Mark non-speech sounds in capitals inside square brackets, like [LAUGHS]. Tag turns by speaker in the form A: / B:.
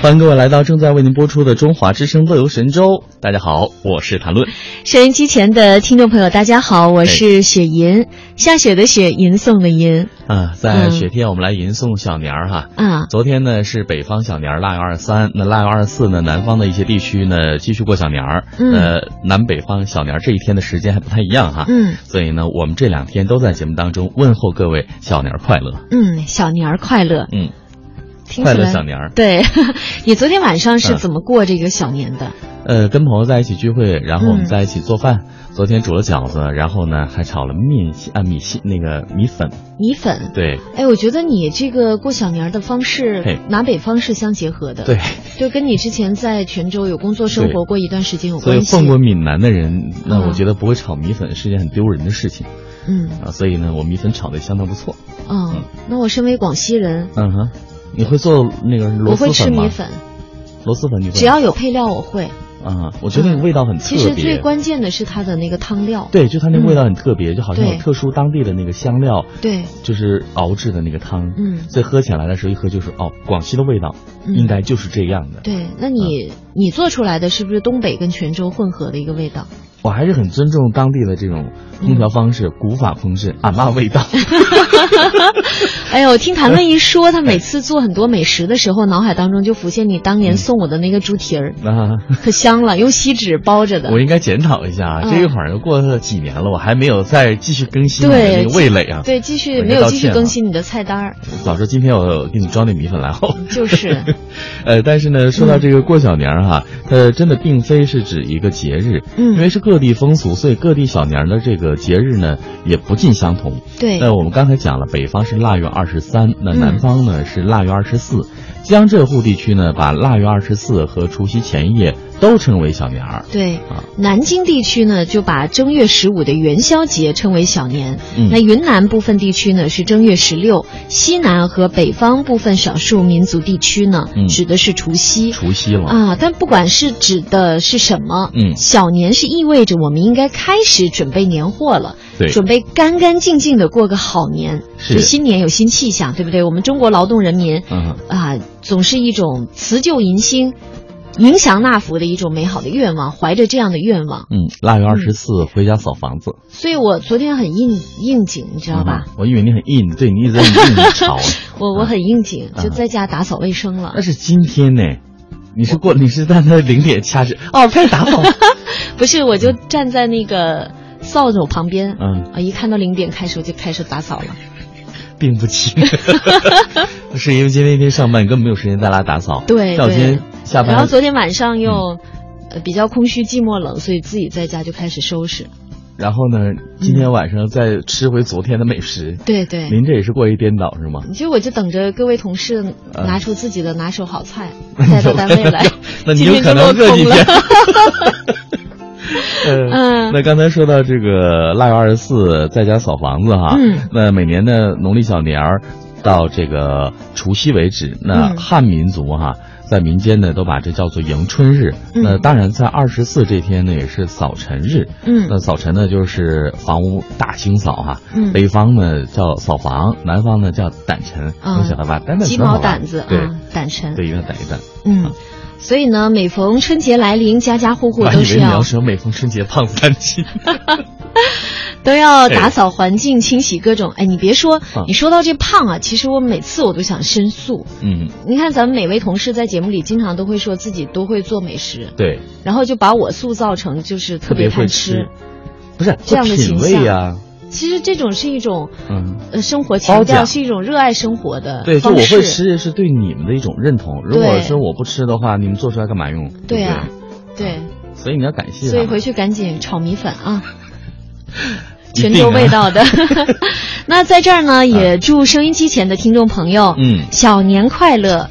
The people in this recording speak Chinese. A: 欢迎各位来到正在为您播出的《中华之声·乐游神州》。大家好，我是谭论。
B: 收音机前的听众朋友，大家好，我
A: 哎
B: 是雪银，下雪的雪，吟诵的吟。
A: 啊，在雪天我们来吟诵小年儿哈。
B: 啊
A: 昨天呢是北方小年儿啊腊月二十三，那腊月二十四呢，南方的一些地区呢继续过小年儿。
B: 嗯
A: 呃，南北方小年儿这一天的时间还不太一样哈。
B: 嗯
A: 所以呢，我们这两天都在节目当中问候各位小年儿快乐。
B: 嗯，小年儿快乐，
A: 嗯，
B: 听起
A: 快乐
B: 来
A: 小。年儿。
B: 对， [LAUGHS] 你昨天晚上是
A: 嗯
B: 怎么过这个小年的？
A: 呃，跟朋友在一起聚会，然后我们
B: 嗯
A: 在一起做饭。昨天煮了饺子，然后呢还炒了面线啊米线那个米粉。
B: 米粉。
A: 对
B: 哎，我觉得你这个过小年儿的方式
A: 嘿，
B: 南北方是相结合的。
A: 对，，
B: 就跟你之前在泉州有工作生活过一段时间有
A: 所以
B: 关系。
A: 混过闽南的人，那
B: 嗯
A: 我觉得不会炒米粉是件很丢人的事情
B: 嗯
A: 啊。所以呢，我米粉炒的相当不错。
B: 嗯，那我身为广西人，
A: 嗯哼，你会做那个
B: 我
A: 螺
B: 会
A: 蛳
B: 吃
A: 粉吗？
B: 米粉，
A: 螺蛳粉你会吗？
B: 只要有配料我会。
A: 啊、我觉得那个味道很特
B: 其
A: 别。
B: 实最关键的是它的那个汤料。
A: 对，就它那个味道很特别，就好像有
B: 对
A: 特殊当地的那个香料，
B: 对，
A: 就是熬制的那个汤。
B: 嗯
A: 所以喝起来的时候一喝就是哦，广西的味道
B: 嗯
A: 应该嗯就是这样的。
B: 对，那你、你做出来的是不是东北跟泉州混合的一个
A: [LAUGHS]
B: 味道？ [LAUGHS]
A: 我还是很尊重当地的这种烹调方式，古法烹制，俺妈味 [LAUGHS] 道。
B: 哎呦，我听谭论一说，他每次做很多美食的时候，脑海当中就浮现你当年送我的那个猪蹄
A: [LAUGHS]
B: 儿，
A: 啊，
B: 可香了，用锡纸包着的
A: 我。应该检讨一下，啊，
B: 嗯
A: 这一会儿又过了几年了，我还没有再继续更新我的
B: 对
A: 那个味蕾啊。
B: 对，继续
A: 我应
B: 没
A: 该
B: 有
A: 道
B: 继续
A: 歉
B: 更
A: 啊
B: 新你的菜单儿，
A: 早说今天我给你装点米粉来
B: [LAUGHS]
A: 后。
B: 就是，
A: 呃，但是呢，说到这个过小年儿哈、呃，真的并非是指一个节日，
B: 嗯
A: 因为是各地风俗，所以各地小年儿的这个节日呢也不尽相同。
B: 对，
A: [LAUGHS] 那我们刚才讲了，北方是腊月二十三，那
B: 嗯
A: 南方呢、是腊月二十四。江浙沪地区呢，把腊月二十四和除夕前夜都称为小年儿。
B: 对
A: 啊，
B: 南京地区呢，就把正月十五的元宵节称为小年。
A: 嗯
B: 那云南部分地区呢是正月十六，西南和北方部分少数民族地区呢，
A: 嗯
B: 指的是除夕。
A: 除夕了，
B: 啊，但不管是指的是什么，
A: 嗯
B: 小年是意味着我们应该开始准备年货了，
A: 对
B: 准备干干净净的过个好年，
A: 是
B: 就新年有新气象，对不对？我们中国劳动人民，
A: 嗯
B: 啊，总是一种辞旧迎新、迎祥纳福的一种美好的愿望，怀着这样的愿望，
A: 嗯，腊月二十四回家扫房子，
B: 所以我昨天很应应景，你知道吧？
A: 嗯我以为你很硬，对你一直在硬
B: [LAUGHS]
A: 吵。
B: 我我很应景，
A: 嗯
B: 就在家打扫卫生了
A: 那。是今天呢，你是过你是在那零点掐指哦，开始打
B: [LAUGHS]
A: 扫。
B: 不是，我就站在那个扫帚旁边，
A: 嗯，
B: 啊，一看到零点开始我就开始打扫了。
A: 并不轻， [LAUGHS] 是因为今天一天上班根本没有时间在家打扫。
B: 对
A: 像我今天
B: 对
A: 下班，嗯
B: 然后昨天晚上又。呃，比较空虚、寂寞、冷，所以自己在家就开始收拾。
A: 然后呢，今天晚上再吃回昨天的美食。
B: 对嗯对，
A: 您这也是过一颠倒是吗？
B: 其实我就等着各位同事
A: 嗯。
B: 拿出自己的拿手好菜，带到单位来
A: [LAUGHS]
B: [LAUGHS]
A: 那你
B: 今
A: 有
B: 天
A: 可
B: 就落
A: 能这
B: 空
A: 几
B: 了。
A: 天。[LAUGHS] 呃
B: [LAUGHS] 嗯
A: 那刚才说到这个腊月二十四在家扫房子哈，
B: 嗯
A: 那每年的农历小年儿到这个除夕为止，那
B: 嗯
A: 汉民族哈。在民间呢，都把这叫做迎春日。
B: 嗯
A: 那当然，在二十四这天呢，也是扫尘日。
B: 嗯
A: 那扫尘呢，就是房屋大清扫哈。
B: 嗯
A: 北方呢叫扫房，南方呢叫掸尘。
B: 嗯
A: 能晓得吧？掸掸
B: 鸡
A: 很好
B: 毛
A: 玩
B: 掸子
A: 对，
B: 啊，掸尘。
A: 对，一啊定要掸一掸。
B: 嗯，所以呢，每逢春节来临，家家户户
A: 我还以
B: 都
A: 为
B: 是
A: 你要
B: 要
A: 说每逢春节胖子担
B: [LAUGHS]
A: 心。
B: 都要打扫环境、清洗各种。哎，你别说
A: 嗯，
B: 你说到这胖啊，其实我每次我都想申诉。
A: 嗯，
B: 你看，咱们每位同事在节目里经常都会说自己都会做美食，
A: 对，
B: 然后就把我塑造成就是特别
A: 会
B: 贪
A: 吃
B: 吃。，
A: 不是
B: 这样的
A: 会品
B: 形
A: 味
B: 象
A: 呀、
B: 其实这种是一种，
A: 嗯
B: 呃，生活
A: 褒
B: 情调，
A: 奖
B: 是一种热爱生活的
A: 对，就
B: 呃方
A: 我
B: 式
A: 会吃是对你们的一种认同。如果
B: 对
A: 说我不吃的话，你们做出来干嘛用？
B: 对
A: 对不
B: 啊对，
A: 对所以你要感谢他
B: 所
A: 们。
B: 以回去赶紧炒米粉啊，
A: 一
B: 泉
A: 定
B: 州
A: 啊 [LAUGHS]
B: 味。道的。那在这儿呢，也祝收音机前的听众朋友，
A: 嗯
B: 小年快乐。